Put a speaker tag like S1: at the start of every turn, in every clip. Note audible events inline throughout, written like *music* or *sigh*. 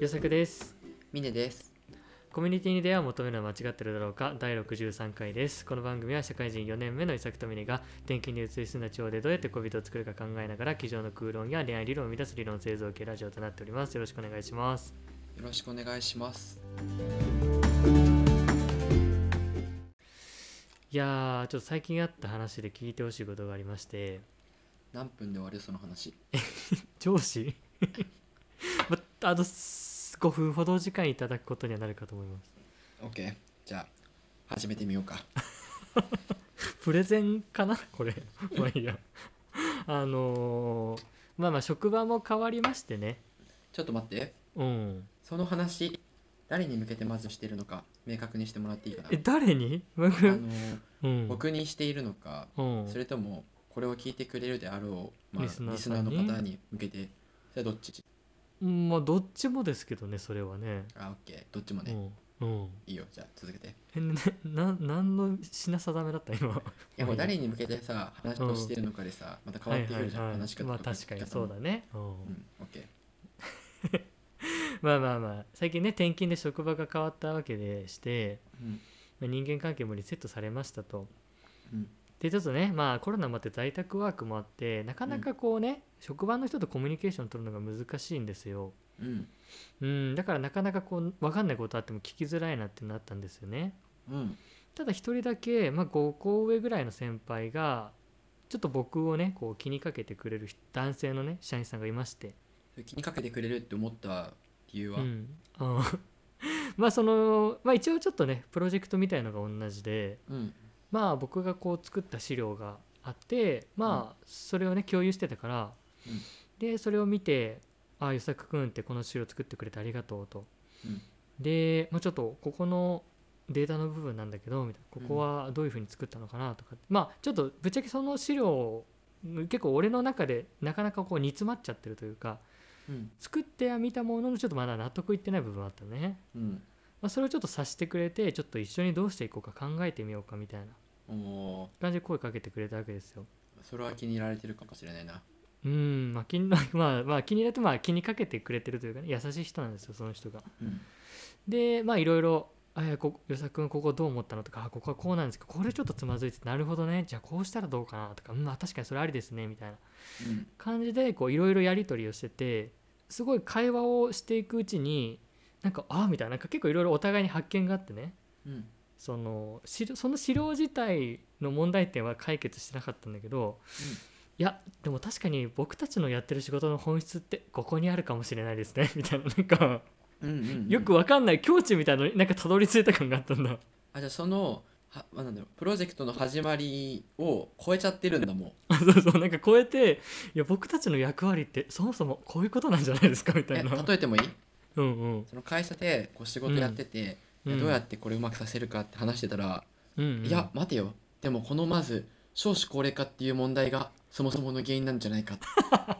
S1: 予作です
S2: ミネです。
S1: コミュニティに出会いを求めるのは間違ってるだろうか第63回ですこの番組は社会人4年目の伊作と峰が転勤に移り住んだ地方でどうやって恋人を作るか考えながら机上の空論や恋愛理論を生み出す理論製造系ラジオとなっておりますよろしくお願いします
S2: よろしくお願いします。
S1: いやーちょっと最近あった話で聞いてほしいことがありまして
S2: 何分で終わるその話。
S1: 上司 *laughs* まあと5分ほどお時間いただくことにはなるかと思います
S2: OK。じゃあ始めてみようか。
S1: プレゼンかなこれ *laughs* まあいいやあのーまあまあ職場も変わりましてね
S2: ちょっと待って。
S1: うん
S2: その話誰に向けてまずしてるのか明確にしてもらっていいかな。
S1: え誰に
S2: あ
S1: 僕、
S2: の
S1: うん、
S2: 僕にしているのか、
S1: うん
S2: それともこれを聞いてくれるであろう、まあ、
S1: リ
S2: リ
S1: ス
S2: ス
S1: ナ
S2: ナ
S1: ーさ
S2: ー
S1: ん
S2: の
S1: に
S2: 方に向けて。それはどっち？
S1: うんまあどっちもですけどねそれはね
S2: あ、OK。どっちもね。
S1: うん、うん、
S2: いいよ。じゃあ続けて。い
S1: えなな何の品定めだった今う
S2: や
S1: ん
S2: これ誰に向けてさ話をしてるのかでさ、また変わってくるじゃん、
S1: はいはいは
S2: 話し
S1: い、
S2: 方
S1: まあ
S2: とか
S1: 確かにそうだ。ね、うん
S2: うん、OK。
S1: まあまあまあ最近ね転勤で職場が変わったわけでして
S2: うん
S1: まあ人間関係もリセットされましたと
S2: うん
S1: でちょっとねまあコロナもあって在宅ワークもあってなかなかこうね、職場の人とコミュニケーション取るのが難しいんですよ
S2: うん
S1: うんだからなかなかこう分かんないことあっても聞きづらいなってなったんですよね
S2: うん
S1: ただ一人だけ、まあ、5個上ぐらいの先輩がちょっと僕をねこう気にかけてくれる人男性のね社員さんがいまして
S2: それ気にかけてくれるって思った理由は、
S1: うん、あ *laughs* まあその、まあ、一応ちょっとねプロジェクトみたいのが同じで
S2: うん
S1: まあ僕がこう作った資料があってまあそれをね共有してたから、
S2: うん
S1: でそれを見て「ああ与作くんってこの資料作ってくれてありがとう」と。
S2: うん
S1: で、まあ、ちょっとここのデータの部分なんだけどみたいなここはどういうふうに作ったのかなとか、まあちょっとぶっちゃけその資料結構俺の中でなかなかこう煮詰まっちゃってるというか
S2: うん
S1: 作っては見たもののちょっとまだ納得いってない部分はあったのね。
S2: うん
S1: まあ、それをちょっと察してくれてちょっと一緒にどうしていこうか考えてみようかみたいな
S2: おー
S1: 感じで声かけてくれたわけですよ。
S2: それは気に入られてるかもしれないな
S1: うんまあ気に *laughs* まあまあ気に入ってまあ気にかけてくれてるというかね優しい人なんですよその人が。
S2: うん
S1: でまあいろいろ「あいやこよさくんここどう思ったの?」とかあ「ここはこうなんですけどこれちょっとつまずいててなるほどねじゃあこうしたらどうかな」とか「うんまあ確かにそれありですね」みたいな
S2: うん
S1: 感じでこういろいろやり取りをしててすごい会話をしていくうちになんか「ああ」みたいななんか結構いろいろお互いに発見があってね。
S2: うん
S1: その資料その資料自体の問題点は解決してなかったんだけど、
S2: うん
S1: いやでも確かに僕たちのやってる仕事の本質ってここにあるかもしれないですね *laughs* みたいななんか
S2: うんうんうん
S1: よくわかんない境地みたいなのになんかたどり着いた感があったんだ *laughs*
S2: あじゃあそのはあなんだろうプロジェクトの始まりを超えちゃってるんだもん
S1: そうそうなんか超えていや僕たちの役割ってそもそもこういうことなんじゃないですかみた
S2: え
S1: いな
S2: 例えてもいい
S1: うんうん
S2: その会社でこう仕事やってて、
S1: うん
S2: でどうやってこれうまくさせるかって話してたら、
S1: うんうん
S2: いや待てよでもこのまず少子高齢化っていう問題がそもそもの原因なんじゃないか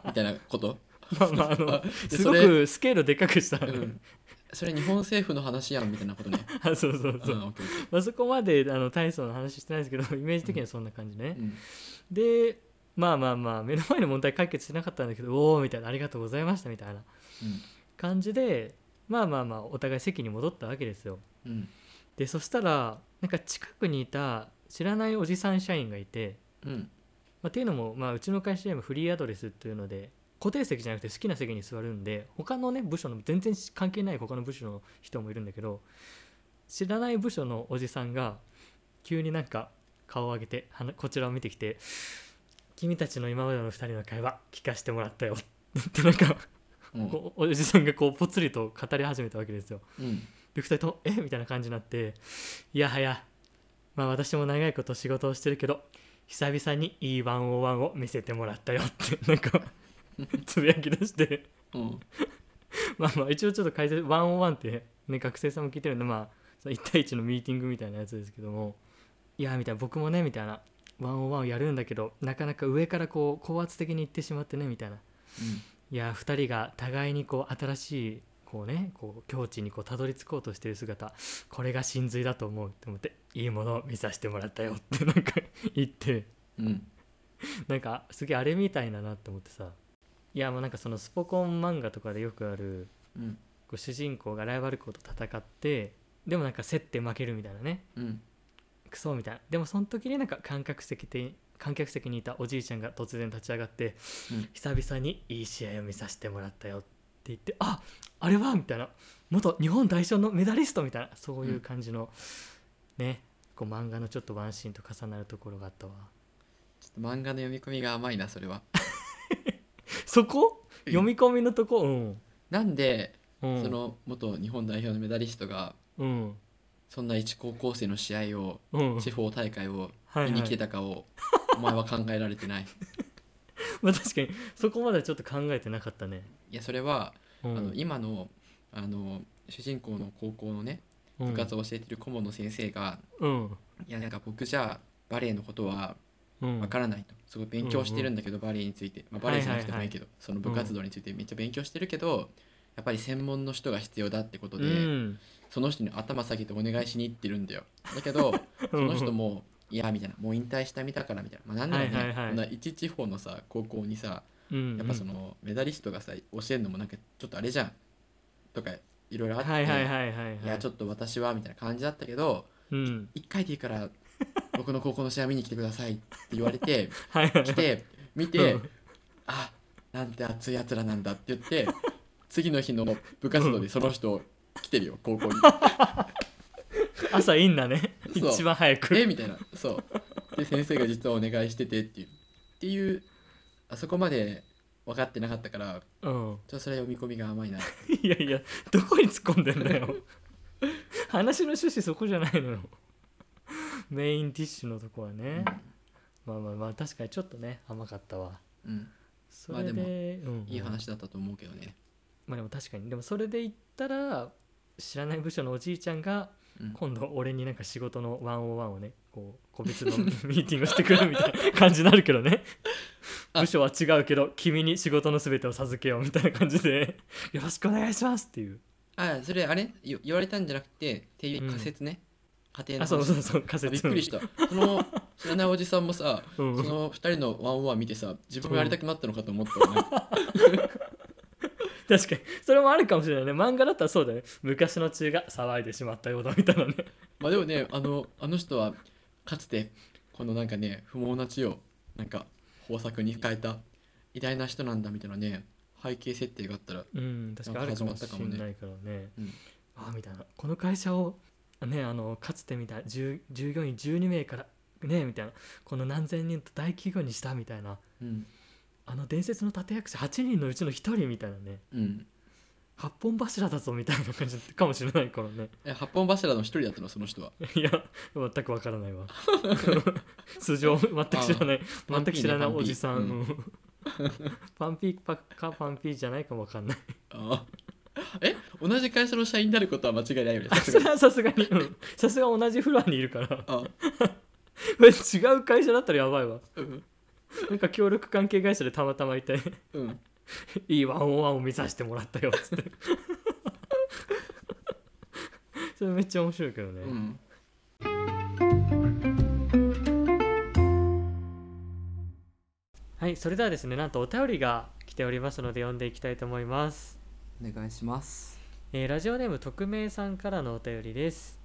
S2: みたいなこと
S1: まあまああの
S2: です
S1: ご
S2: *laughs* それ
S1: くスケールでかくした、
S2: うん、それ日本政府の話やんみたいなことね。
S1: *laughs* あそうそうそう、
S2: うん、オッケーオッ
S1: まあ、そこまであの大層な話してないですけどイメージ的にはそんな感じね、
S2: ケーうん
S1: でまあまあまあ目の前の問題解決しなかったんだけど *laughs* おおみたいなありがとうございましたみたいな感じでまあまあまあお互い席に戻ったわけですよ
S2: うんうん
S1: でそしたらなんか近くにいた知らないおじさん社員がいて、
S2: うん
S1: まあ、っていうのも、まあ、うちの会社でもフリーアドレスっていうので固定席じゃなくて好きな席に座るんで他のね部署の全然関係ない他の部署の人もいるんだけど知らない部署のおじさんが急になんか顔を上げてはなこちらを見てきて「君たちの今までの2人の会話聞かせてもらったよ」ってなんか
S2: うん
S1: こうおじさんがこうぽつりと語り始めたわけですよ。
S2: うん
S1: で2人とも「えみたいな感じになって「いやはやまあ私も長いこと仕事をしてるけど久々に E101 を見せてもらったよ」って *laughs* なんかつぶやき出して
S2: うん
S1: まあまあ一応ちょっと解説101って、ね、学生さんも聞いてるんでまあその1対1のミーティングみたいなやつですけども「いや」みたいな「僕もね」みたいな「101をやるんだけどなかなか上からこう高圧的に言ってしまってね」みたいな「いや2人が互いにこう新しいこうねこう境地にこうたどり着こうとしてる姿これが真髄だと思う」って思って「いいものを見させてもらったよ」って *laughs* なんか言って
S2: うんうん
S1: なんかすげえあれみたいだなって思ってさいやもうなんかそのスポコン漫画とかでよくある
S2: うん
S1: こう主人公がライバル校と戦ってでもなんか競って負けるみたいなね
S2: うん
S1: クソみたいなでもその時になんか観客席で観客席にいたおじいちゃんが突然立ち上がって、
S2: うん
S1: 久々にいい試合を見させてもらったよって言ってああれはみたいな元日本代表のメダリストみたいなそういう感じの、ねこう漫画のちょっとワンシーンと重なるところがあったわ
S2: ちょっと漫画の読み込みが甘いなそれは
S1: そこ
S2: うん
S1: 読み込みのとこうん
S2: なんで、
S1: うん
S2: その元日本代表のメダリストが
S1: うん
S2: そんな一高校生の試合を
S1: うん
S2: 地方大会を
S1: はい
S2: 見
S1: は
S2: に来て
S1: い
S2: たかをお前は考えられてない
S1: まあ確かにそこまではちょっと考えてなかったね
S2: いやそれは、
S1: う
S2: あの
S1: ん
S2: 今のあの主人公の高校のね
S1: う
S2: 部
S1: ん
S2: 活を教えてる顧問の先生が、
S1: うん
S2: いやなんか僕じゃバレエのことは
S1: うん
S2: わからないとすごい勉強してるんだけど、バレエについて、まあ、バレエじゃなくてもいいけど、その部活動についてめっちゃ勉強してるけど、やっぱり専門の人が必要だってことで、
S1: うん
S2: その人に頭下げてお願いしに行ってるんだよだ
S1: *laughs*
S2: けどその人もいやみたいなもう引退したみたからみたいな、まあ、なんだろうね、
S1: はいはいはい
S2: こんな一地方のさ高校にさ
S1: うん
S2: やっぱそのメダリストがさ教えるのもなんかちょっとあれじゃんとかいろいろあって、
S1: はいはいはいはいはい
S2: やちょっと私はみたいな感じだったけど
S1: うん
S2: 一回でいいから僕の高校の試合見に来てくださいって言われ
S1: *laughs*
S2: て
S1: はいはい
S2: 来て見て、
S1: うん
S2: あなんて熱いやつらなんだって言って次の日の部活動でその人来てるよ
S1: *laughs*
S2: 高校に。
S1: 朝いいんだね
S2: *laughs* そう
S1: 一番早
S2: え
S1: く
S2: みたいなそうで先生が実はお願いしててっていうっていうあそこまで分かってなかったから
S1: うん
S2: ちょっとそれは読み込みが甘いない
S1: やいやどこに突っ込んでんだよ話の趣旨そこじゃないのよメインディッシュのとこはね、まあまあまあ確かにちょっとね甘かったわ
S2: うん
S1: それで,、
S2: まあ
S1: うん
S2: いい話だったと思うけどね
S1: まあでも確かにでもそれで言ったら知らない部署のおじいちゃんが
S2: うん
S1: 今度俺になんか仕事の101をねこう個別の *laughs* ミーティングをしてくるみたいな感じになるけどね
S2: あ
S1: 部署は違うけど君に仕事の全てを授けようみたいな感じ
S2: *laughs*
S1: でよろしくお願いしますっていう
S2: あそれあれよ言われたんじゃなくてっていう仮説ね、家庭の
S1: あ
S2: 話
S1: そうそうそう仮
S2: あびっ
S1: 説
S2: くりしたその知らないおじさんもさ
S1: うん
S2: その2人のワンオンワン見てさ自分もやりたくなったのかと思ったよね、
S1: 確かにそれもあるかもしれないね漫画だったらそうだね昔の血が騒いでしまったようだみたいなね
S2: *laughs* まあでもねあのあの人はかつてこのなんかね不毛な地をなんか豊作に変えた偉大な人なんだみたいなね背景設定があったら
S1: うん確かにあるかもしれないからね
S2: うん
S1: あみたいなこの会社をねあのかつてみたい従従業員12名からねみたいなこの何千人と大企業にしたみたいな
S2: うん
S1: あの伝説の立役者8人のうちの1人みたいなね
S2: うん
S1: 8本柱だぞみたいな感じかもしれないからね *laughs*
S2: え八本柱の一人だったのその人はい
S1: や全くわからないわ *laughs* 素性全く知らない
S2: パ
S1: 全
S2: ンピーね
S1: く知らない
S2: パンピー
S1: おじさん、
S2: う
S1: うん *laughs* パンピーパかパンピーじゃないかもわかん
S2: *laughs*
S1: ない
S2: ああえ同じ会社の社員であることは間違いないよね
S1: あ
S2: さす
S1: そ
S2: が
S1: れ
S2: に
S1: はさすがにうんさすが同じフロアにいるからこ
S2: あ、
S1: れ違う会社だったらやばいわ
S2: うん
S1: なんか協力関係会社でたまたまいて *laughs*
S2: うん、
S1: いいワンオンワンを見させてもらったよっつって *laughs* それめっちゃ面白いけどね、
S2: うん、
S1: はいそれではですねなんとお便りが来ておりますので読んでいきたいと思います、
S2: お願いします
S1: えーラジオネーム匿名さんからのお便りです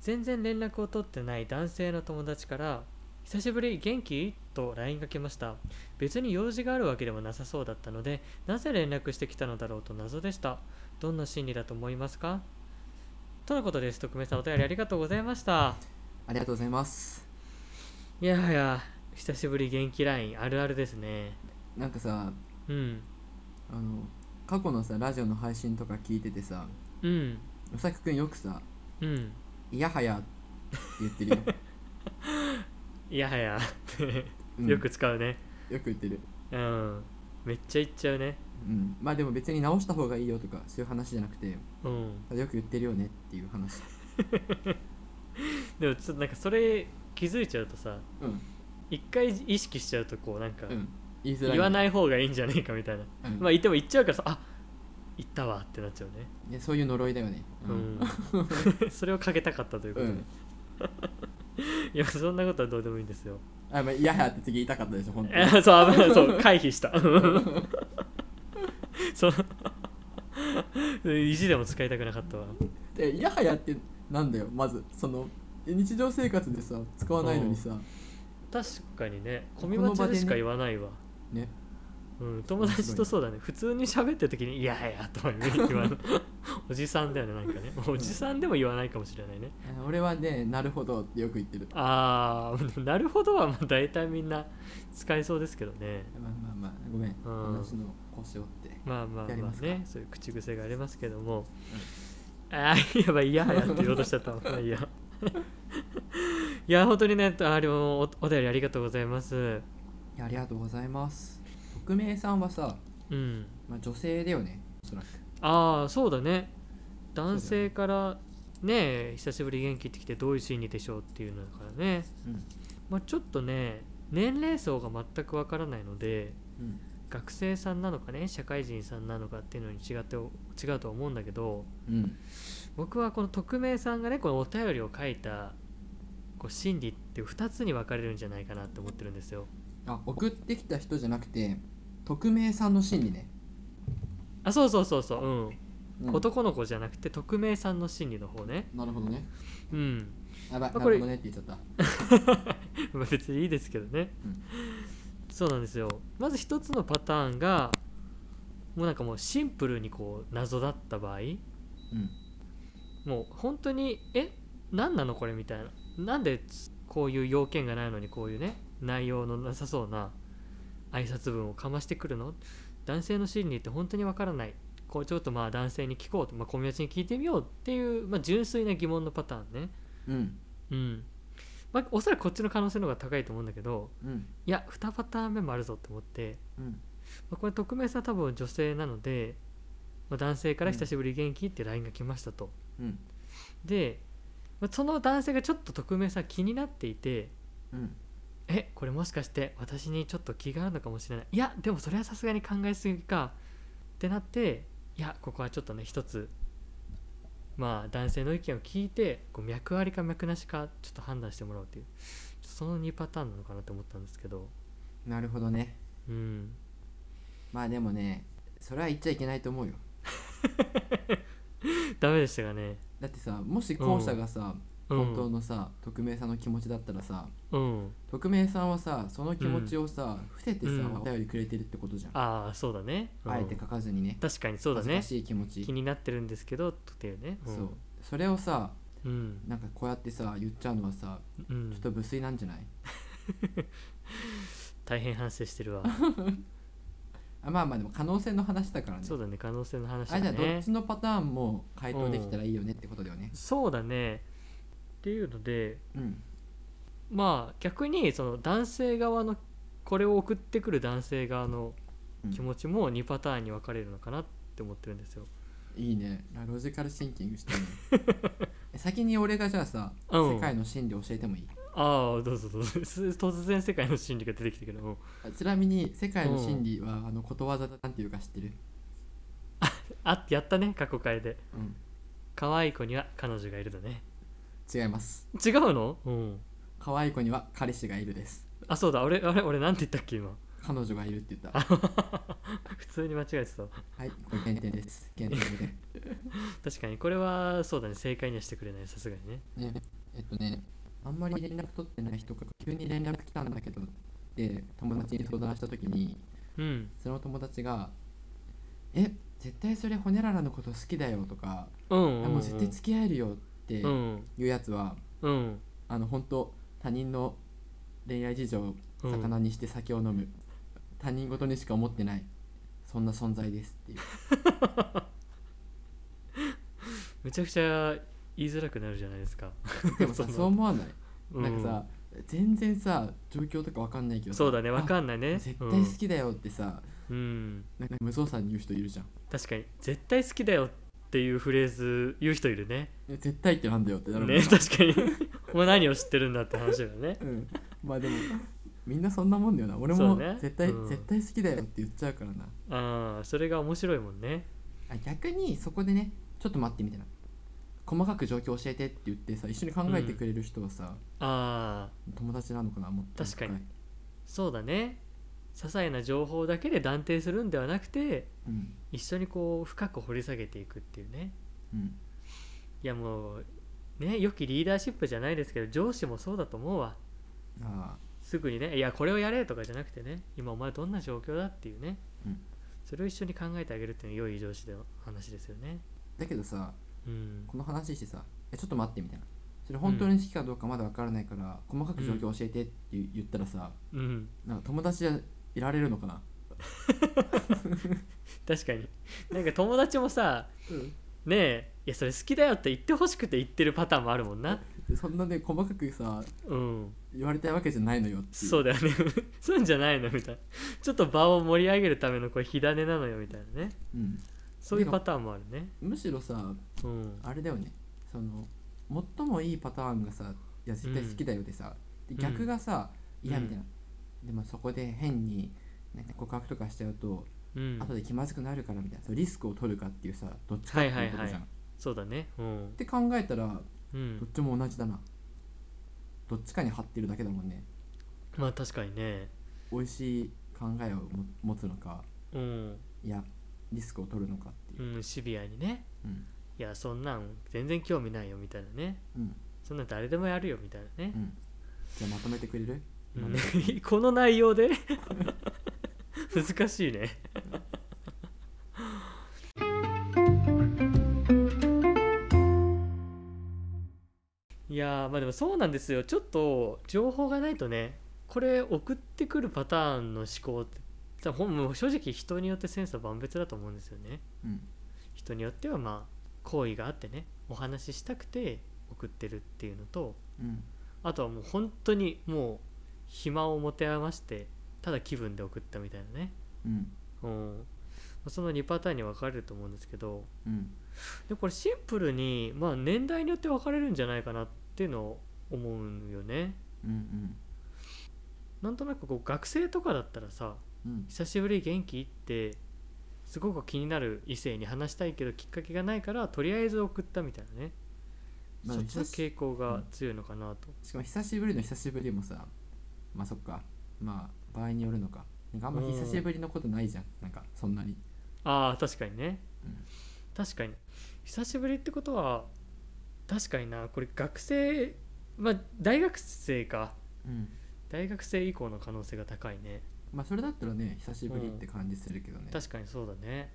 S1: 全然連絡を取ってない男性の友達から「久しぶり元気?」と LINE が来ました別に用事があるわけでもなさそうだったのでなぜ連絡してきたのだろうと謎でしたどんな心理だと思いますかとのことです匿名さんお便りありがとうございました
S2: ありがとうございます
S1: いやはや久しぶり元気 LINE あるあるですね
S2: なんかさ
S1: うん
S2: あの過去のさラジオの配信とか聞いててさ
S1: うん
S2: うさきくんよくさ
S1: うん
S2: 「いやはや」って言ってるよ、
S1: *laughs* いやはやよく使うね
S2: よく言ってる
S1: うんめっちゃ言っちゃうね
S2: うん、まあでも別に直した方がいいよとかそういう話じゃなくて
S1: うん
S2: ただよく言ってるよねっていう話
S1: でもちょっとなんかそれ気づいちゃうとさ
S2: うん
S1: 一回意識しちゃうとこうなんか
S2: うん言いづらい、
S1: 言わないい方がいいんじゃねえかみたいな
S2: うん
S1: まあ言っても言っちゃうからさあ言ったわってなっちゃうね
S2: ねそういう呪いだよね
S1: うん
S2: *laughs*
S1: それをかけたかったというこ
S2: う
S1: とで、
S2: ん
S1: いやそんなことはどうでもいいんですよ
S2: あまあ、いやはやって次言いたかったで
S1: *laughs*
S2: しょ本当に *laughs*
S1: えそう危ないそう回避した *laughs* その意地でも使いたくなかったわ
S2: でイラハヤってなんだよまずその日常生活でさ使わないのにさ、
S1: 確かにねコミバチでしか言わないわ、
S2: ね
S1: うん、友達とそうだね普通に喋ってる時に「いやいや」とは言
S2: *laughs*
S1: わないおじさんだよねなんかねおじさんでも言わないかもしれないね
S2: あ俺はねなるほどってよく言ってる
S1: ああなるほどはまあ大体みんな使えそうですけどね
S2: まあまあまあごめん、話の腰折って
S1: まあまあ
S2: やり
S1: ま
S2: ま
S1: あ
S2: すか
S1: ねそういう口癖がありますけども、ああやばい嫌やって言おうとしちゃ
S2: *laughs*
S1: ったもんまあいいやいや本当にねあれもおお便りありがとうございます
S2: いやありがとうございます匿名さんはさ、
S1: うん
S2: まあ、女性だよねおそらく
S1: ああそうだね男性からね久しぶり元気ってきてどういう心理でしょうっていうのだからね、
S2: うん
S1: まあ、ちょっとね年齢層が全くわからないので
S2: うん
S1: 学生さんなのかね社会人さんなのかっていうのに違って違うとは思うんだけど
S2: うん
S1: 僕はこの匿名さんがねこのお便りを書いたこう心理って2つに分かれるんじゃないかなって思ってるんですよ
S2: あ送ってきた人じゃなくて匿名さんの心理ね、
S1: あそうそうそうそううん、
S2: うん
S1: 男の子じゃなくて匿名さんの心理の方ね
S2: なるほどね
S1: うん
S2: やばい
S1: あ
S2: な
S1: これ
S2: るほどねって言っちゃった
S1: まあ別にいいですけどね、
S2: うん
S1: そうなんですよまず一つのパターンがもうなんかもうシンプルにこう謎だった場合
S2: うん
S1: もう本当にえ何なのこれみたいななんでこういう要件がないのにこういうね内容のなさそうな挨拶文をかましてくるの男性の心理って本当にわからないこうちょっとまあ男性に聞こうと、まあ、友達に聞いてみようっていう、まあ、純粋な疑問のパターンね
S2: うん
S1: うんまあおそらくこっちの可能性の方が高いと思うんだけど
S2: うん
S1: いや2パターン目もあるぞと思って、
S2: うん
S1: まあこれ匿名さん多分女性なので、まあ男性から「久しぶり元気?」って LINE が来ましたと、
S2: うん
S1: で、まあその男性がちょっと匿名さん気になっていて
S2: うん
S1: 「えこれもしかして私にちょっと気があるのかもしれないいやでもそれはさすがに考えすぎか」ってなっていやここはちょっとね一つまあ男性の意見を聞いてこう脈ありか脈なしかちょっと判断してもらおうっていうその2パターンなのかなと思ったんですけど
S2: なるほどね
S1: うん
S2: まあでもねそれは言っちゃいけないと思うよ
S1: ダメでしたかね
S2: だってさもし後者がさ、
S1: うん
S2: 本当のさ匿名さんの気持ちだったらさ
S1: うん
S2: 匿名さんはさその気持ちをさ、伏せてさ、
S1: うん
S2: お便りくれてるってことじゃんあ,、
S1: ああそうだね、うん
S2: えて書かずにね
S1: 確かにそうだ
S2: 恥ず
S1: ね
S2: かしい気持ち
S1: 気になってるんですけどっていうね
S2: そうそれをさ
S1: うんうん、
S2: なんかこうやってさ言っちゃうのはさ
S1: うん
S2: ちょっと無粋なんじゃない、
S1: 大変反省してる
S2: *laughs*
S1: わ
S2: あまあまあでも可能性の話だからね
S1: そうだね可能性の話だ
S2: あじゃあどっ
S1: ね
S2: ちのパターンも回答できたらいいよねってことだよね
S1: そうだねっていうので
S2: うん
S1: まあ逆にその男性側のこれを送ってくる男性側の
S2: うん
S1: 気持ちも2パターンに分かれるのかなって思ってるんですよ
S2: いいねあロジカルシンキン
S1: *laughs*
S2: グしてるねえ先に俺がじゃあさ、
S1: うん
S2: 世界の真理教えてもいい
S1: ああどうぞどうぞ *laughs* 突然世界の真理が出てきたけども
S2: あちなみに世界の真理は、あのことわざなんていうか知ってる、
S1: あやったね過去回で
S2: うん、
S1: 可愛い子には彼女がいるだね
S2: 違います
S1: 違うのうん
S2: 可愛い子には彼氏がいるです
S1: あそうだ俺あれ俺なんて言ったっけ今 *laughs*
S2: 彼女がいるって言ったは
S1: 普通に間違えてた
S2: いこれ限定です限定で
S1: 確かにこれはそうだね正解にはしてくれないさすがにね
S2: ね、えっとね、あんまり連絡取ってない人から急に連絡来たんだけどって友達に相談したときに、
S1: うん
S2: その友達が、え、絶対それホネララのこと好きだよとか、
S1: うん
S2: あ
S1: うん、うん、
S2: もう絶対付き合えるよって
S1: う
S2: い
S1: ん
S2: うやつは、
S1: うん
S2: あの本当他人の恋愛事情を
S1: うん
S2: 魚にして酒を飲む、他人事にしか思ってない、そんな存在ですっていう。
S1: *laughs* めちゃくちゃ言いづらくなるじゃないですか
S2: でもさ、そう思わない。
S1: うん
S2: なんかさ、全然さ、状況とかわかんないけどさ
S1: そうだねわか
S2: あ
S1: んないね
S2: 絶対好きだよってさ、
S1: うん、うん
S2: なんか無造作に言う人いるじゃん
S1: 確かに絶対好きだよっていうフレーズ言う人いるね
S2: え絶対ってなんだよってなるもんな
S1: ね確かに *laughs* お前何を知ってるんだって話だよね
S2: うんまあでもみんなそんなもんだよな俺
S1: そ
S2: も
S1: うね
S2: 絶対、
S1: うん
S2: 絶対好きだよって言っちゃうからな
S1: ああそれが面白いもんね
S2: あ逆にそこでねちょっと待ってみたいな細かく状況教えてって言ってさ一緒に考えてくれる人はさ、
S1: ああ
S2: 友達なのかなもっと
S1: 確かにそうだね些細な情報だけで断定するんではなくて
S2: うん
S1: 一緒にこう深く掘り下げていくっていうね
S2: うん
S1: いやもうね良きリーダーシップじゃないですけど上司もそうだと思うわ
S2: ああ
S1: すぐにねいやこれをやれとかじゃなくてね今お前どんな状況だっていうね、
S2: うん
S1: それを一緒に考えてあげるっていうのは良い上司の話ですよね
S2: だけどさ
S1: うん
S2: この話してさ「えちょっと待って」みたいなそれ本当に好きかどうかまだ分からないから、細かく状況教えてって言言ったらさ、
S1: うん
S2: なんか友達じゃいられるのかな
S1: 確かになんか友達もさねえいやそれ好きだよって言ってほしくて言ってるパターンもあるもんな
S2: でそんなね細かくさ
S1: うん
S2: 言われたいわけじゃないのよっていう
S1: そうだよね *laughs* そういうんじゃないのみたいなちょっと場を盛り上げるためのこれ火種なのよみたいなね
S2: うん、
S1: そういうパターンもあるね
S2: むしろさ
S1: うん
S2: あれだよねその最もいいパターンがさ「いや絶対好きだよ」でさ、
S1: ん
S2: で逆がさ「
S1: うん
S2: いや」みたいな、でもそこで変になんか告白とかしちゃうと、
S1: うん
S2: 後で気まずくなるからみたいなそのリスクを取るかっていうさどっちかっていうことじゃん、
S1: はいはいはい
S2: っ
S1: そうだねうん、
S2: て考えたら
S1: う
S2: どっ
S1: ん、
S2: ちも同じだなどっちかに張ってるだけだもんね
S1: まあ確かにね
S2: 美味しい考えをも持つのか
S1: うん、
S2: いやリスクを取るのかっていう
S1: う、ん、シビアにね
S2: うん
S1: いやそんなん全然興味ないよみたいなね
S2: うん
S1: そんなん誰でもやるよみたいなね
S2: う、ん、じゃあまとめてくれる
S1: うん
S2: うん
S1: *laughs* この内容で難しいねいやーまあでもそうなんですよちょっと情報がないとねこれ送ってくるパターンの思考ってさほんもう正直人によってセンスは万別だと思うんですよね
S2: うん
S1: 人によってはまあ好意があってねお話ししたくて送ってるっていうのと
S2: うん
S1: あとはもう本当にもう暇を持て余してただ気分で送ったみたいなね、
S2: うん
S1: うん、その2パターンに分かれると思うんですけど
S2: うん
S1: でこれシンプルに、まあ、年代によって分かれるんじゃないかなっていうのを思うよね
S2: うんうん
S1: なんとなくこう学生とかだったらさ
S2: うん
S1: 「久しぶり元気?」ってすごく気になる異性に話したいけどきっかけがないからとりあえず送ったみたいなね、
S2: まあ
S1: そっちの
S2: 久し
S1: 傾向が強いのかなと、
S2: しかも久しぶりの久しぶりもさまあそっかまあ場合によるのかなんかあんま
S1: うん
S2: 久しぶりのことないじゃんなんかそんなに
S1: ああ確かにね、
S2: うん
S1: 確かに久しぶりってことは確かになこれ学生まあ大学生か
S2: うん
S1: 大学生以降の可能性が高いね
S2: まあそれだったらね久しぶりって感じするけどね、
S1: 確かにそうだね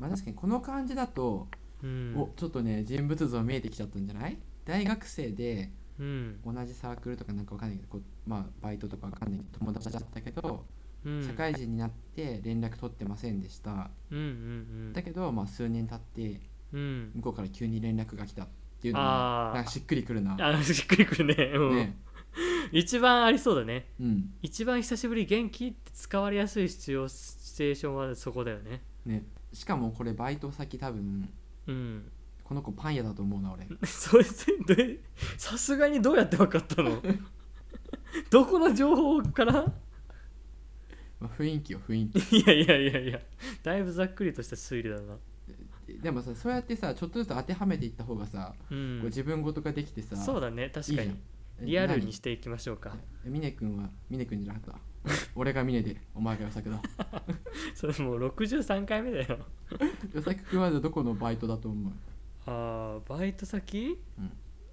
S2: まあ確かにこの感じだと、
S1: うん
S2: おちょっとね人物像見えてきちゃったんじゃない大学生で
S1: うん、
S2: 同じサークルとかなんかわかんないけどこうまあバイトとかわかんないけど友達だったけど、
S1: うん、
S2: 社会人になって連絡取ってませんでした
S1: うんうん
S2: だけどまあ数年経って
S1: うんうん
S2: 向こうから急に連絡が来たっていうのは
S1: あー
S2: なんかしっくりくるな、
S1: あしっくりくるね,、うん、
S2: ね
S1: 一番ありそうだね
S2: うん
S1: 一番久しぶり元気って使われやすいシチュエーションはそこだよね
S2: ねしかもこれバイト先多分
S1: うん
S2: この子パン屋だと思うな俺
S1: *laughs* それどうさすがにどうやって分かったの *laughs* どこの情報から *laughs*
S2: まあ雰囲気よ雰囲気
S1: いやいやいやいやだいぶざっくりとした推理だな
S2: でもさそうやってさちょっとずつ当てはめていった方がさ、
S1: う
S2: こうん自分事ができてさ
S1: そうだね確か
S2: いい
S1: に
S2: じえ
S1: リアル
S2: 何
S1: にしていきましょうか
S2: え峰君は峰君じゃなかった俺が峰でお前が与作だ
S1: それもう63回目だよ
S2: 与作君はどこのバイトだと思う
S1: あーバイト先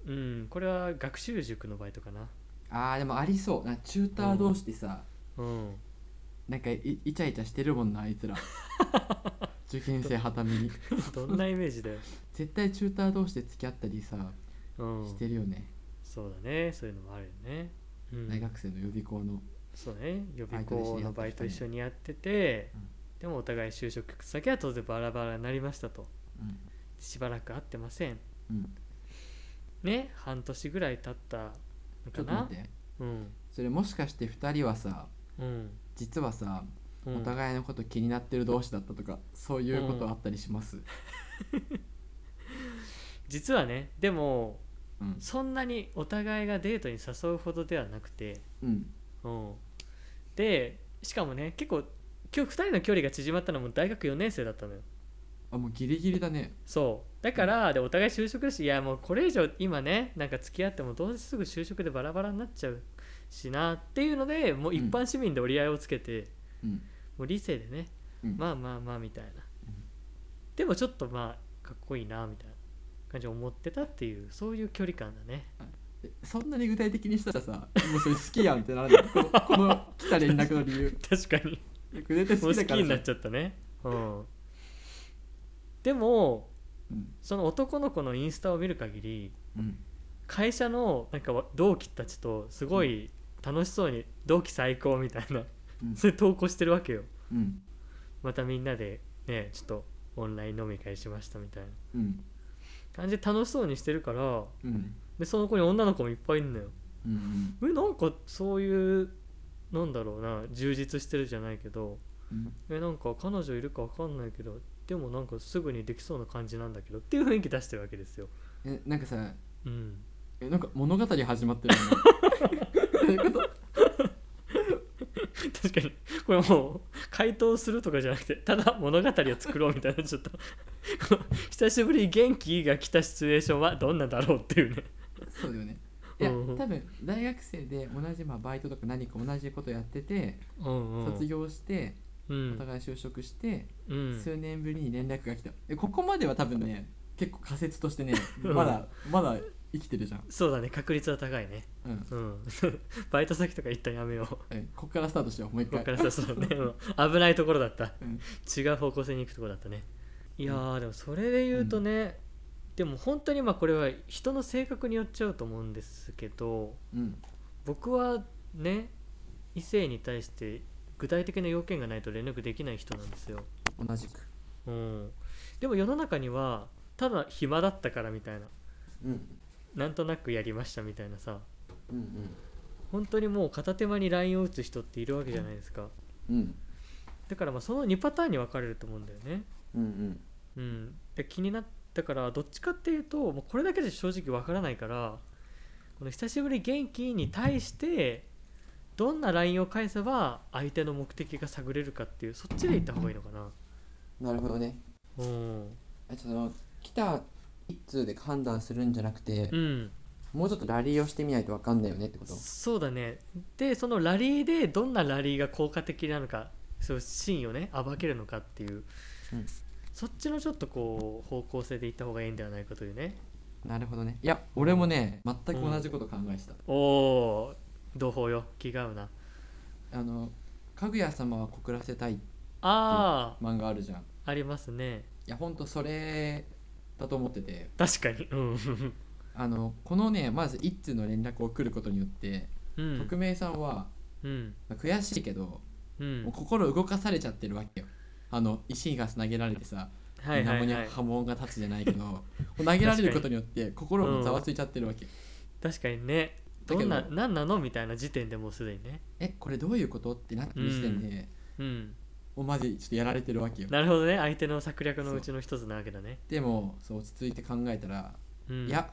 S2: うん
S1: うんこれは学習塾のバイトかな
S2: あーでもありそうなんかチューター同士でさ、
S1: うん
S2: なんかいイチャイチャしてるもんなあい
S1: *laughs*
S2: つら受験生はために
S1: どんなイメージだよ、
S2: 絶対チューター同士で付き合ったりさ
S1: うん、
S2: *laughs* してるよね、
S1: そうだねそういうのもあるよね、うん、
S2: 大学生の予備校の
S1: そうね予備
S2: バイトで知
S1: 校
S2: り合
S1: の
S2: った
S1: バイト一緒にやってて、
S2: うん
S1: でもお互い就職先は当然バラバラになりましたと
S2: うん
S1: しばらく会ってません
S2: うん
S1: ね半年ぐらい経ったの
S2: ちょ
S1: か
S2: っと待
S1: な
S2: って
S1: うん
S2: それもしかして2人はさ
S1: うん
S2: 実はさ、
S1: うん
S2: お互いのこと気になってる同士だったとかそういうことあったりします、
S1: 実はねでも
S2: うん
S1: そんなにお互いがデートに誘うほどではなくて
S2: うん
S1: うんでしかもね結構今日2人の距離が縮まったのも大学4年生だったのよ
S2: あもうギリギリだね
S1: そうだからでお互い就職だしいやもうこれ以上今ねなんか付き合ってもどうせすぐ就職でバラバラになっちゃうしなっていうのでもう一般市民で折り合いをつけて、
S2: うん
S1: もう理性でね、
S2: うん
S1: まあまあまあみたいな、
S2: うん
S1: でもちょっとまあかっこいいなみたいな感じで思ってたっていうそういう距離感だ
S2: *laughs*
S1: ね
S2: えそんなに具体的にしたらさもうそれ好きやんってなる
S1: *laughs*
S2: のこのこの来た連絡の理由
S1: 確かに
S2: 絶対
S1: も
S2: 好
S1: う好
S2: きだ
S1: き
S2: から
S1: にな
S2: さ
S1: っちゃったねうんでも
S2: うん
S1: その男の子のインスタを見る限り
S2: うん
S1: 会社のなんか同期たちとすごい楽しそうに「同期最高」みたいな
S2: うん
S1: それ投稿してるわけよ
S2: うん
S1: またみんなでねちょっとオンライン飲み会しましたみたいな
S2: うん
S1: 感じで楽しそうにしてるから
S2: うん
S1: でその子に女の子もいっぱいいるのよ
S2: うん
S1: えなんかそういうなんだろうな充実してるじゃないけど
S2: うん
S1: えなんか彼女いるかわかんないけどでもなんかすぐにできそうな感じなんだけどっていう雰囲気出してるわけですよ
S2: えなんかさ
S1: うん
S2: えなんか物語始まってるよねどう *laughs* いうこと
S1: 確かにこれもう回答するとかじゃなくてただ物語を作ろうみたいなちょっとこ *laughs* の久しぶりに元気が来たシチュエーションはどんなだろうっていうね
S2: そうだよねいや
S1: うんうん
S2: 多分大学生で同じ、まあ、バイトとか何か同じことやってて
S1: うんうん
S2: 卒業して
S1: う
S2: お
S1: ん
S2: 互い就職して、
S1: うん
S2: 数年ぶりに連絡が来たえここまでは多分ね結構仮説としてねまだまだ生きてるじゃん、
S1: そうだね確率は高いね
S2: うん、
S1: うん *laughs* バイト先とか一旦やめよう
S2: えこっからスタートしてよもう一
S1: こ
S2: 回
S1: こからさ *laughs* そうねうん危ないところだった
S2: うん
S1: 違う方向性に行くところだったねいやーでもそれで言うとね、でも本当にまあこれは人の性格によっちゃうと思うんですけど
S2: うん
S1: 僕はね異性に対して具体的な要件がないと連絡できない人なんですよ、
S2: 同じく
S1: うん、でも世の中にはただ暇だったからみたいな
S2: うん
S1: なんとなくやりましたみたいなさ
S2: うん
S1: 本当にもう片手間に LINE を打つ人っているわけじゃないですか
S2: うんうん
S1: だからまあその2パターンに分かれると思うんだよね
S2: うん
S1: う
S2: うん
S1: ん、で気になったからどっちかっていうともうこれだけで正直わからないからこの久しぶり元気に対してどんな LINE を返せば相手の目的が探れるかっていうそっちで行った方がいいのかな
S2: なるほどね
S1: うん、
S2: えその来た一通で判断するんじゃなくて、
S1: うん、
S2: もうちょっとラリーをしてみないと分かんないよねってこと
S1: そうだねでそのラリーでどんなラリーが効果的なのかそう真意をね暴けるのかっていう、
S2: うん
S1: そっちのちょっとこう方向性で行った方がいいんではないかというね
S2: なるほどねいや俺もね全く同じこと考えてた、
S1: おお同胞よ気が合うな
S2: あの「かぐや様は告らせたい」
S1: あ
S2: 漫画あるじゃんい
S1: あ、ありますね
S2: やほんとそれだと思ってて
S1: 確かにうん
S2: あのこのねまず一通の連絡を来ることによって、
S1: うん
S2: 匿名さんは
S1: うん
S2: まあ悔しいけど、
S1: うん
S2: もう心動かされちゃってるわけよあの石が投げられてさ、
S1: はいはい
S2: に
S1: はい
S2: 波紋が立つじゃない *laughs* けどもう投げられることによって心もざわついちゃってるわけ、
S1: 確かにね
S2: だ
S1: ど
S2: け
S1: ん
S2: ど
S1: な何なのみたいな時点でもうすでにね
S2: えこれどういうことってなってる時点で、
S1: うん
S2: もうマジちょっとやられてるわけよ
S1: なるほどね相手の策略のうちの一つなわけだね
S2: でもそう落ち着いて考えたら、
S1: うん
S2: いや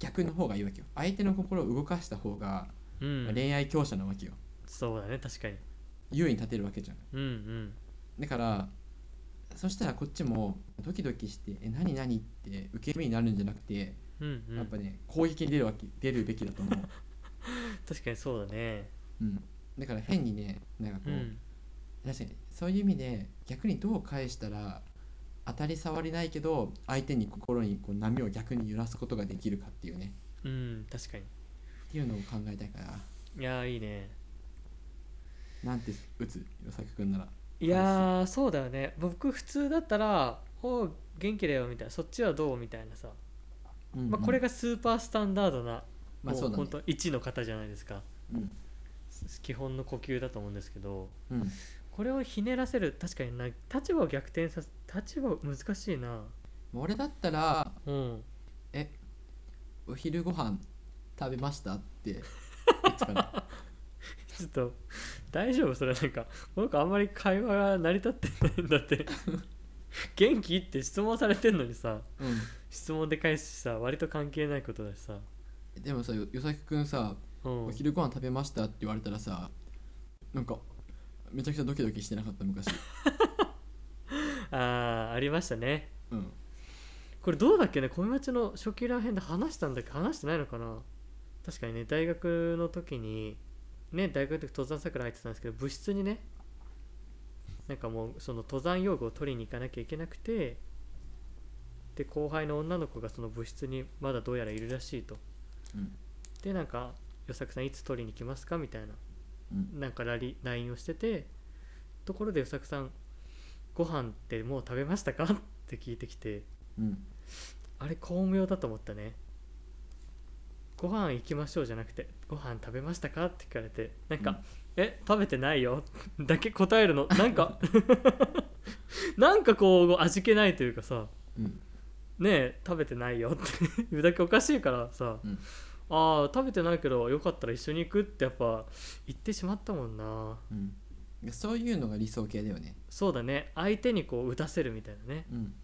S2: 逆の方がいいわけよ相手の心を動かした方が、
S1: うん
S2: 恋愛強者なわけよ
S1: そうだね確かに
S2: 優位に立てるわけじゃん
S1: うんうん
S2: だからそしたらこっちもドキドキして「え何何?」って受け身になるんじゃなくて、
S1: うんう
S2: やっ
S1: ん
S2: ぱね攻撃に出るわけ出るべきだと思
S1: *laughs*
S2: う、
S1: 確かにそうだね
S2: うん、だから変にねなんかこ
S1: う
S2: う、
S1: ん
S2: 確かにそういう意味で逆にどう返したら当たり障りないけど相手に心にこう波を逆に揺らすことができるかっていうね
S1: うん確かに
S2: っていうのを考えたいから
S1: いやーいいね
S2: なんて打つ与作君なら
S1: いやーそうだよね僕普通だったら「おう元気だよ」みたいな「そっちはどう?」みたいなさ、
S2: うんうん
S1: まあ、これがスーパースタンダードな
S2: ま
S1: も
S2: あそうだね
S1: 本当1の方じゃないですか
S2: うん
S1: す基本の呼吸だと思うんですけど
S2: うん
S1: これをひねらせる確かにな立場を逆転させ立場難しいな
S2: 俺だったら
S1: うん
S2: お昼ご飯食べましたって打つかな
S1: *laughs* ちょっと大丈夫それなんかこの子あんまり会話が成り立ってないんだって元気って質問されてんのにさ
S2: う
S1: 質問で返すしさ割と関係ないことだしさ
S2: んでもさ与作君さ
S1: う
S2: 「お
S1: ん
S2: 昼ご飯食べました」って言われたらさなんかめちゃくちゃドキドキしてなかった昔
S1: あーありましたね
S2: うん
S1: これどうだっけね小町の初期らへんで話したんだっけ話してないのかな確かにね大学の時にね大学の時登山桜入ってたんですけど部室にねなんかもうその登山用具を取りに行かなきゃいけなくてで後輩の女の子がその部室にまだどうやらいるらしいと
S2: うん
S1: でなんか「与作さんいつ取りに来ますか?」みたいな
S2: うん
S1: なんかラリ LINE をしててところで与作さん「ご飯ってもう食べましたか?」って聞いてきて
S2: うん
S1: あれ巧妙だと思ったねご飯行きましょうじゃなくてご飯食べましたかって聞かれてなんか、
S2: うん
S1: え食べてないよ *laughs* だけ答えるのなんか *laughs* なんかこう味気ないというかさ
S2: うん
S1: ねえ食べてないよって言うだけおかしいからさ、
S2: うん
S1: ああ食べてないけどよかったら一緒に行くってやっぱ言ってしまったもんな
S2: うんいやそういうのが理想形だよね
S1: そうだね相手にこう打たせるみたいなね
S2: うん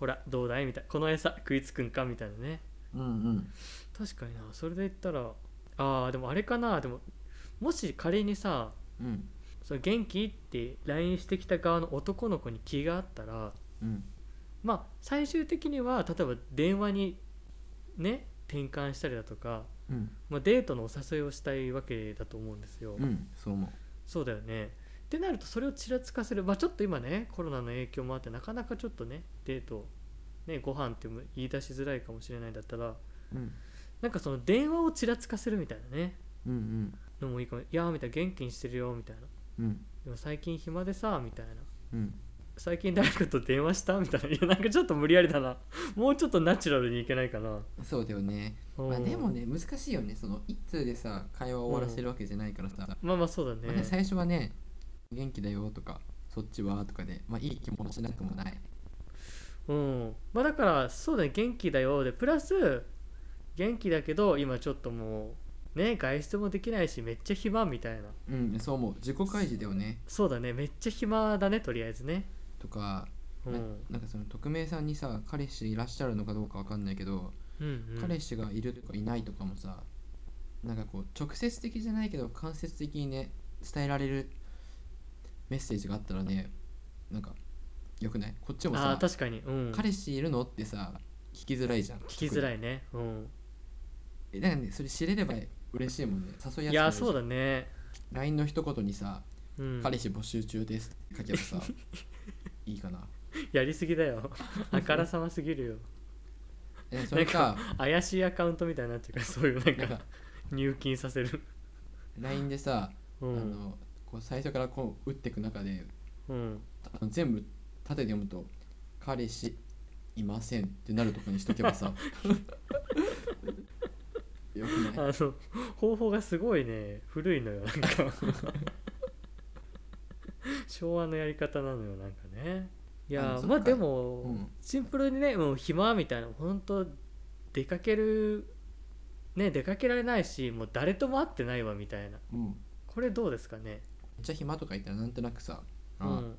S1: ほらどうだいみたいなこの餌食いつくんかみたいなね
S2: うんうん
S1: 確かになそれで言ったらあーでもあれかなでももし仮にさ
S2: うん
S1: 「その元気?」って LINE してきた側の男の子に気があったら
S2: うん
S1: まあ最終的には例えば電話にね転換したりだとか、
S2: うん
S1: まあ、デートのお誘いをしたいわけだと思うんですよ、
S2: うんそう思う
S1: そうだよねってなるとそれをちらつかせるまあちょっと今ねコロナの影響もあってなかなかちょっとねデートねご飯っても言い出しづらいかもしれないんだったら
S2: うん
S1: なんかその電話をちらつかせるみたいなね
S2: うんうん
S1: のもいいかも「いやー」みたいな「元気にしてるよ」みたいな
S2: うん
S1: 「でも最近暇でさ」みたいな
S2: うん
S1: 「最近誰かと電話した?」みたいな「いやなんかちょっと無理やりだなもうちょっとナチュラルにいけないかな」
S2: そうだよね
S1: うん
S2: まあでもね難しいよねその一通でさ会話を終わらせるわけじゃないからさ、
S1: まあまあそうだね
S2: まあね最初はね「元気だよ」とか「そっちは?」とかで、まあ、いい気持ちなくもない
S1: うんまあだからそうだね「元気だよ」でプラス「元気だけど今ちょっともうね外出もできないしめっちゃ暇」みたいな
S2: うんそう思う自己開示だよね
S1: そうだねめっちゃ暇だねとりあえずね
S2: とか、
S1: う、
S2: なんなんかその匿名さんにさ彼氏いらっしゃるのかどうかわかんないけど、
S1: うんうん、
S2: 彼氏がいるとかいないとかもさなんかこう直接的じゃないけど間接的にね伝えられるメッセージがあったらねなんかよくないこっちも
S1: あ
S2: さ
S1: あ確かに、うん、聞
S2: 彼氏いるのってさ聞きづらいじゃん
S1: きづら
S2: い
S1: いね、うん、
S2: えだからねそれ知れれば嬉しいもんね誘いやすくないる
S1: やそうだね、
S2: LINE の一言にさ
S1: うん、
S2: 彼氏募集中ですって書けば
S1: *laughs*
S2: さいいかな
S1: やりすぎだよ *laughs* あからさますぎるよ
S2: えそれか
S1: 怪しいアカウントみたいになってるからそういうなん
S2: なんか
S1: か入金させる
S2: LINE でさ、
S1: う
S2: あ
S1: ん
S2: のこう最初からこう打っていく中で
S1: うん
S2: あの全部縦で読むと「彼氏いません」ってなるとこにしとけ
S1: *laughs*
S2: ばさよくない
S1: あの方法がすごいね古いのよなん
S2: *laughs*
S1: か昭和のやり方なのよなんかねいや
S2: あそっか
S1: まあでも、
S2: うん
S1: シンプルにねもう暇みたいな本当出かけるね出かけられないしもう誰とも会ってないわみたいな
S2: うん、め
S1: これどうですかね
S2: っちゃ暇とか言ったらなんとなくさ、
S1: う
S2: あ
S1: ん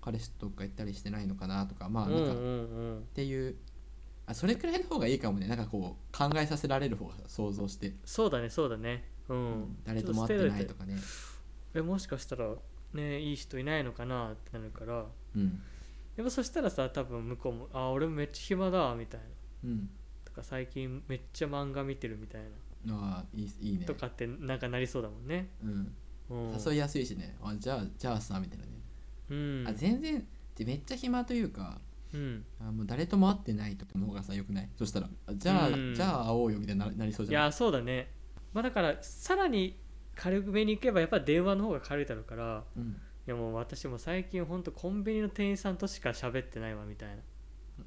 S2: 彼氏とか行ったりしてないのかなとかまあ
S1: うんう
S2: なんんか、っ
S1: うん
S2: ていうあそれくらいの方がいいかもねなんかこう考えさせられる方が想像して、
S1: そうだねそうだねうん
S2: 誰とも会ってないと
S1: か
S2: かね
S1: えもしかしたらねいい人いないのかなってなるから
S2: うん
S1: でもそしたらさ多分向こうも「あ俺めっちゃ暇だ」みたいな
S2: うん
S1: とか「最近めっちゃ漫画見てる」みたいな、
S2: ああいいいいね
S1: とかってなんかなりそうだもんね、
S2: うん、
S1: うん、
S2: 誘いやすいしねあじゃあじゃあさみたいなね、
S1: うん
S2: あ全然でめっちゃ暇というか
S1: うん
S2: あもう誰とも会ってないとかの方がさよくないそしたらあじゃあ、
S1: うん
S2: じゃあ会おうよみたいにななりそう
S1: い
S2: じゃ
S1: や
S2: ん
S1: ーそうだねまあだからさらに軽めに行けばやっぱ電話の方が軽いだろうから
S2: うん
S1: いやもう私も最近ほんとコンビニの店員さんとしか喋ってないわみたいな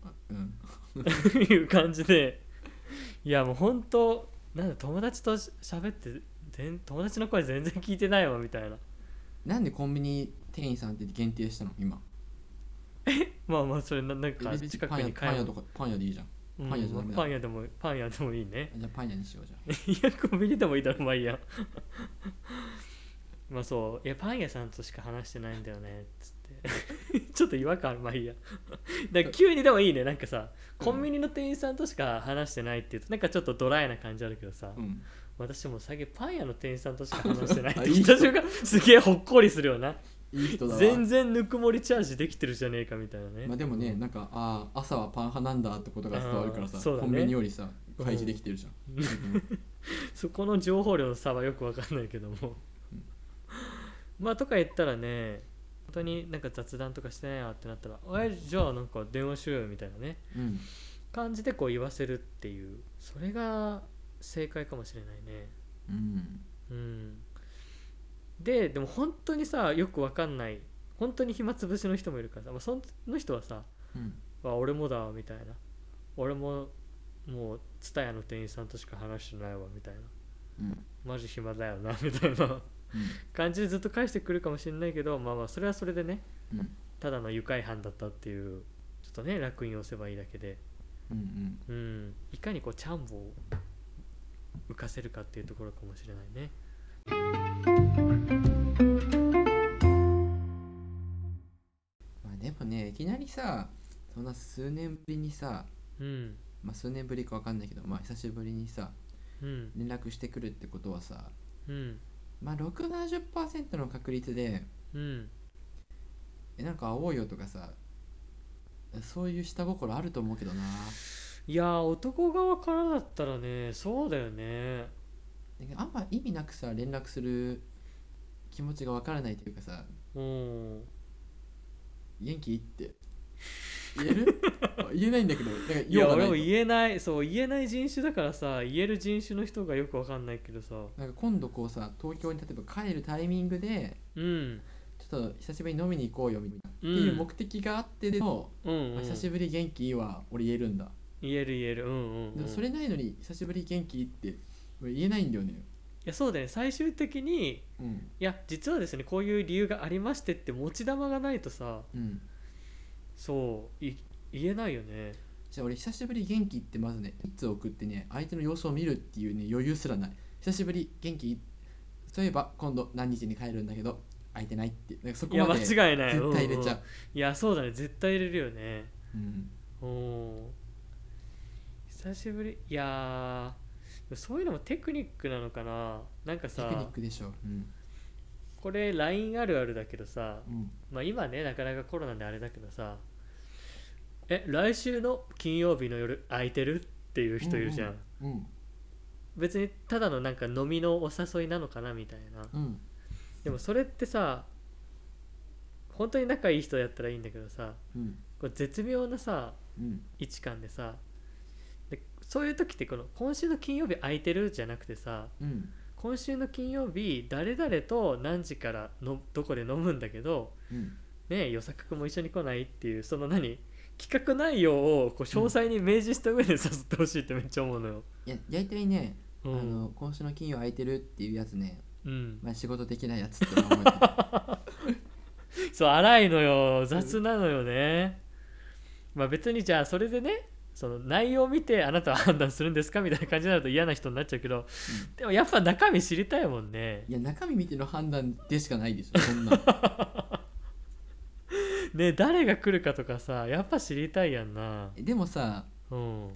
S2: あうん
S1: いう感じでいやもう本当なんだ友達とし喋って全友達の声全然聞いてないわみたいな
S2: なんでコンビニ店員さんって限定したの今
S1: まあまあそれななんか
S2: 別
S1: 近く
S2: にパン
S1: に
S2: 屋パン
S1: 買い
S2: 屋
S1: 物
S2: とかパン屋でいいじゃん
S1: うん
S2: パン屋じゃダメだ
S1: パン屋でもパン屋でもいいね *laughs*
S2: あじゃあパン屋にしようじゃん
S1: いやコンビニでもいいだろまあいいや *laughs* まあそういやパン屋さんとしか話してないんだよねっつって *laughs* ちょっと違和感あるまあい
S2: *laughs*
S1: いやだから急にでもいいねなんかさコンビニの店員さんとしか話してないっていうとなんかちょっとドライな感じあるけどさ、
S2: うん
S1: 私もう最近パン屋の店員さんとしか話してないって
S2: *laughs* あい
S1: 言
S2: い
S1: っ
S2: 人
S1: た瞬間すげえほっこりするよない
S2: い人だわ
S1: 全然ぬくもりチャージできてるじゃねえかみたいなね、
S2: まあでもねなんかああ朝はパン派なんだってことが伝わるからさ、
S1: あーそうだ
S2: コ
S1: ね
S2: ンビニよりさ開示できてるじゃん、
S1: そこの情報量の差はよくわかんないけども、
S2: うん
S1: まあとか言ったらね当になんか雑談とかしてないわってなったら「えじゃあなんか電話しようよ」みたいなね
S2: うん
S1: 感じでこう言わせるっていうそれが正解かもしれないね
S2: うん
S1: うんででも本当にさよくわかんない本当に暇つぶしの人もいるからさ、まあ、その人はさ
S2: うん
S1: あ俺もだみたいな俺ももう蔦屋の店員さんとしか話してないわみたいな
S2: うん
S1: マジ暇だよな *laughs* みたいな感じでずっと返してくるかもしれないけどまあまあそれはそれでね
S2: うんうん
S1: ただの愉快犯だったっていうちょっとね楽印を押せばいいだけで
S2: うん
S1: うんいかにこうチャンボを浮かせるかっていうところかもしれないね
S2: まあでもねいきなりさそんな数年ぶりにさ
S1: うん
S2: まあ数年ぶりかわかんないけどまあ久しぶりにさ
S1: うん
S2: 連絡してくるってことはさ
S1: うん
S2: まあ670%の確率で
S1: うん
S2: えなんか会おうよとかさそういう下心あると思うけどない
S1: やー男側からだったらねそうだよね
S2: なんかあんま意味なくさ連絡する気持ちがわからないというかさ
S1: うん
S2: 元気って言え
S1: *laughs*
S2: るあ言えないんだけどなんか
S1: いや
S2: 用がな
S1: 俺
S2: い
S1: も
S2: と
S1: 言えないそう言えない人種だからさ言える人種の人がよくわかんないけどさ
S2: なんか今度こうさ東京に例えば帰るタイミングで
S1: うん
S2: ちょっと久しぶりに飲みに行こうよみたいな、
S1: うん
S2: っていう目的があってでも、
S1: うん、う
S2: あ
S1: ん、
S2: 久しぶり元気いいわ俺言えるんだ、
S1: 言える言えるうんうん、うん、
S2: でもそ
S1: い
S2: れないのに久しぶり元気って俺言えないんだよね
S1: やそうだよね最終的に
S2: うん
S1: いや実はですねこういう理由がありましてって持ち玉がないとさ
S2: うん
S1: そうい言えないよね
S2: じゃあ俺久しぶり元気ってまずねいつ送ってね相手の様子を見るっていうね余裕すらない久しぶり元気そういえば今度何日に帰るんだけど空いてないってなんかそ
S1: い
S2: こ
S1: や
S2: ま
S1: 間
S2: で絶
S1: 違いない
S2: 対入れちゃ
S1: ん、
S2: うん
S1: いやそうだね絶対入れるよね
S2: うん
S1: お久しぶりいやーでもそういうのもテクニックなのかななんか
S2: テ
S1: さ
S2: クニックでしょうん
S1: これ LINE あるあるだけどさ
S2: うん
S1: まあ今ねなかなかコロナであれだけどさえ来週の金曜日の夜空いてるっていう人いるじゃん、
S2: うん
S1: 別にただのなんか飲みのお誘いなのかなみたいな
S2: うん
S1: でもそれってさ本当に仲いい人やったらいいんだけどさ
S2: うん
S1: こう絶妙なさ
S2: うん
S1: 位置感でさでそういう時ってこの今週の金曜日空いてるじゃなくてさ
S2: うん
S1: 今週の金曜日誰々と何時からのどこで飲むんだけど
S2: うん
S1: ねえ与作君も一緒に来ないっていうその何企画内容をこう詳細に明示した上で誘ってほしいってめっちゃ思うのよ。
S2: いや大体ね、
S1: う
S2: あ
S1: ん
S2: の今週の金曜空いてるっていうやつね、
S1: うん、
S2: まあ、仕事できないやつって思うよね
S1: そう荒いのよ雑なのよね。まあ別にじゃあそれでねその内容を見てあなたは判断するんですかみたいな感じになると嫌な人になっちゃうけど、でもやっぱ中身知りたいもんね
S2: い。や中身見ての判断でしかないで
S1: *laughs*
S2: しょそんなの
S1: ね誰が来るかとかさやっぱ知りたいやんな。
S2: でもさ
S1: うん。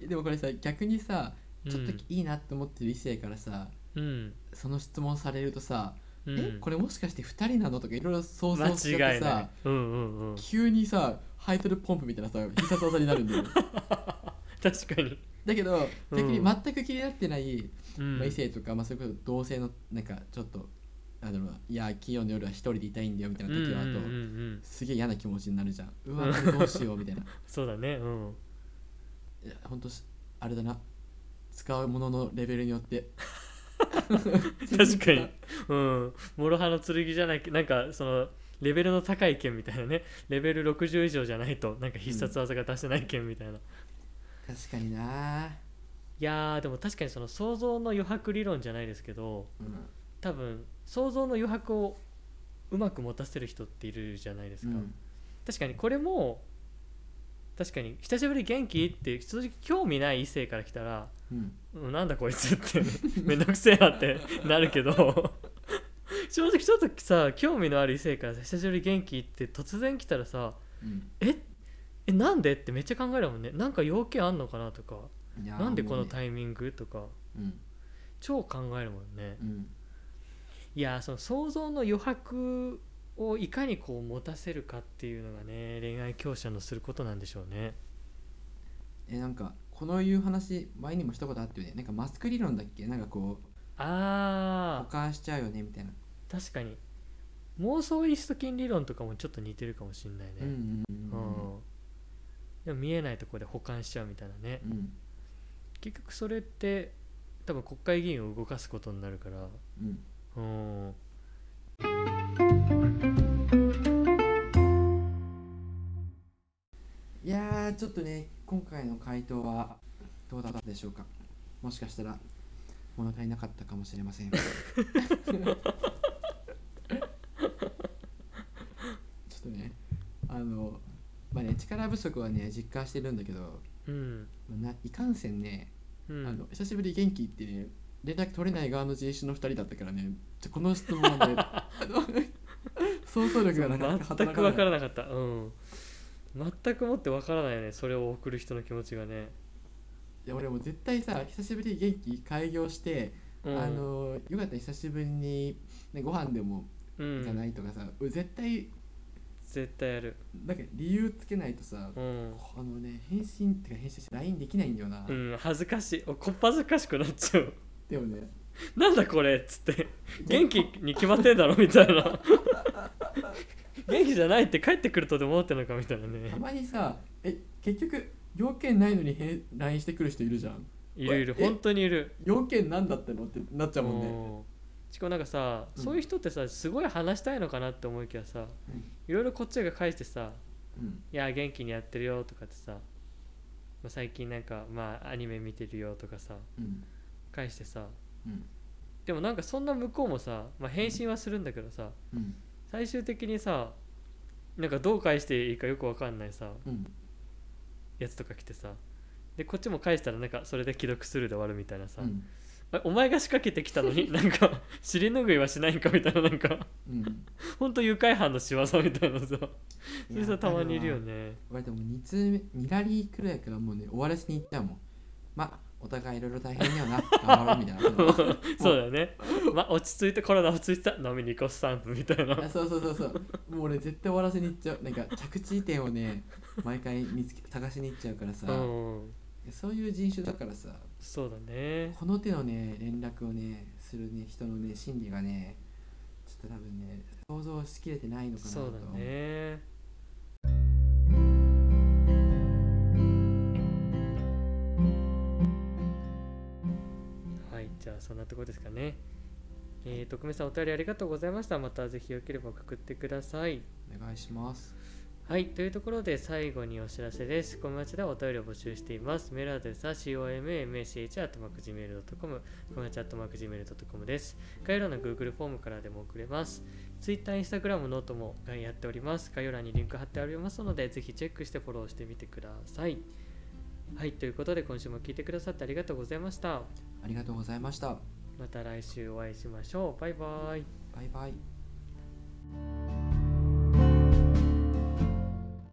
S2: でもこれさ逆にさちょっと
S1: うん
S2: いいなって思ってる異性からさ、
S1: うん。
S2: その質問されるとさ、
S1: うん、
S2: えこれもしかして2人なのとかいろいろ想
S1: 間
S2: 像しちゃっ
S1: 違
S2: て
S1: いな
S2: さ
S1: い。うんうんうん。
S2: 急にさハイトルポンプみたいなさ必殺技になるん
S1: *laughs*
S2: だよ
S1: 確かに。
S2: だけど
S1: うん
S2: 逆に全く気になってない、
S1: うん
S2: まあ、異性とか、まあ、それこそ同性のなんかちょっとなんだろうないや金曜の夜は一人でいたいんだよみたいな時はあと、
S1: うんうんうんうん、
S2: すげえ嫌な気持ちになるじゃんうわこれどうしようみたいな
S1: そうだね
S2: *laughs*
S1: うん
S2: いやほんとしあれだな使うもののレベルによって
S1: *laughs* 確かにうん諸刃の剣じゃないなんかそのレベルの高い剣みたいなねレベル60以上じゃないとなんか必殺技が出せない剣みたいな、い
S2: 確かにな
S1: やーでも確かにその想像の余白理論じゃないですけど
S2: うん
S1: 多分想像の余白をうまく持たせる人っているじゃないですか、
S2: うん
S1: 確かにこれも確かに久しぶり元気って正直興味ない異性から来たら
S2: うん
S1: うんなんだこいつって *laughs* めんどくせえなって *laughs* なるけど正直ちょっとさ興味のある異性からさ久しぶり元気って突然来たらさ
S2: うん
S1: ええなんでってめっちゃ考えるもんねなんか要件あんのかなとか
S2: いやー
S1: なんでこの
S2: もうね
S1: タイミングとか
S2: うん
S1: 超考えるもんね
S2: うん
S1: いやーその想像の余白をいかにこう持たせるかっていうのがね恋愛教師のすることなんでしょうね
S2: えなんかこのいう話前にもしたことあったよねなんかマスク理論だっけなんかこう
S1: あ
S2: 保管しちゃうよねみたいな
S1: ー確かに妄想リスト金理論とかもちょっと似てるかもしんないね、
S2: うんうんう
S1: うんんでも見えないところで保管しちゃうみたいなね、
S2: うん
S1: 結局それって多分国会議員を動かすことになるから
S2: うん
S1: うん
S2: いやーちょっとね今回の回答はどうだったでしょうかもしかしたら物足りなかったかもしれ
S1: *laughs*
S2: ませんちょっとねあのまあね力不足はね実感してるんだけど
S1: うん
S2: ないかんせんね、
S1: うん
S2: あの久しぶり元気ってね連絡取れない側の人種の2人だったからねちょこの質問は
S1: *laughs*
S2: ねあの *laughs* 想像力がなかなか
S1: 全
S2: 働
S1: く
S2: か
S1: 分
S2: な
S1: か
S2: い
S1: らなかったうん全くもって分からないよねそれを送る人の気持ちがね、
S2: いや俺もう絶対さ久しぶり元気開業して
S1: うん、
S2: あのよかったら久しぶりに、ね、ご飯でも
S1: う
S2: 行かなんいとかさ、俺絶対
S1: 絶対やる
S2: なんか理由つけないとさ、
S1: うん、
S2: あのね返信ってか返信して LINE できないんだよな、
S1: うん、恥ずかしいおこっぱずかしくなっちゃう
S2: でもね
S1: なんだこれっつって元気に決まってんだろみたいな元気じゃないって帰ってくるとでも思ってんのかみたいなね
S2: たまにさえ結局要件ないのに返 LINE してくる人いるじゃん
S1: いるいる
S2: え
S1: 本当にいる
S2: 要件なんだったのってなっちゃうもんね
S1: うんしかもなんかさ、
S2: うん
S1: そういう人ってさすごい話したいのかなって思いきやさ、
S2: うん
S1: いろいろこっちが返してさ
S2: うん
S1: 「いや元気にやってるよ」とかってさ、まあ、最近なんかまあアニメ見てるよとかさ
S2: うん
S1: 返してさ
S2: うん
S1: でもなんかそんな向こうもさ、まあ、返信はするんだけどさ
S2: うん
S1: 最終的にさなんかどう返していいかよくわかんないさ
S2: うん
S1: やつとか来てさでこっちも返したらなんかそれで既読スルーで終わるみたいなさ、
S2: うん
S1: あお前が仕掛けてきたのに *laughs* なんか尻拭いはしないんかみたいななんか *laughs*
S2: うん
S1: ほんと誘拐犯の仕業みたいなさそれ
S2: いや
S1: さたまにいるよ
S2: わか
S1: ね
S2: わ俺でも2通目2ラリーくらいからもうね終わらせに行ったもん
S1: *laughs*
S2: まあお互いいろいろ大変だよな頑張ろうみたいな
S1: そうだよねまあ落ち着いてコロナ落ち着いた飲みに行こうスタンプみたいな
S2: あそうそうそうそうもう俺絶対終わらせに行っちゃうなんか着地点をね毎回見つけ探しに行っちゃうからさ、
S1: うん
S2: そういう人種だからさ
S1: そうだね
S2: この手のね連絡をねするね人のね心理がねちょっと多分ね想像しきれてないのかなと
S1: そうだねはいじゃあそんなとこですかねえー、徳目さんお便りありがとうございましたまたぜひよければ送ってください
S2: お願いします
S1: はい、というところで最後にお知らせです。コメマチではお便りを募集しています。メールアドレスは commach.gmail.com、コメマチ .gmail.com です。概要欄の Google フォームからでも送れます。Twitter、Instagram、ノートもやっております。概要欄にリンク貼ってありますので、ぜひチェックしてフォローしてみてください。はい、ということで今週も聞いてくださってありがとうございました。
S2: ありがとうございました
S1: また来週お会いしましょう。バイバイ。
S2: バイバイ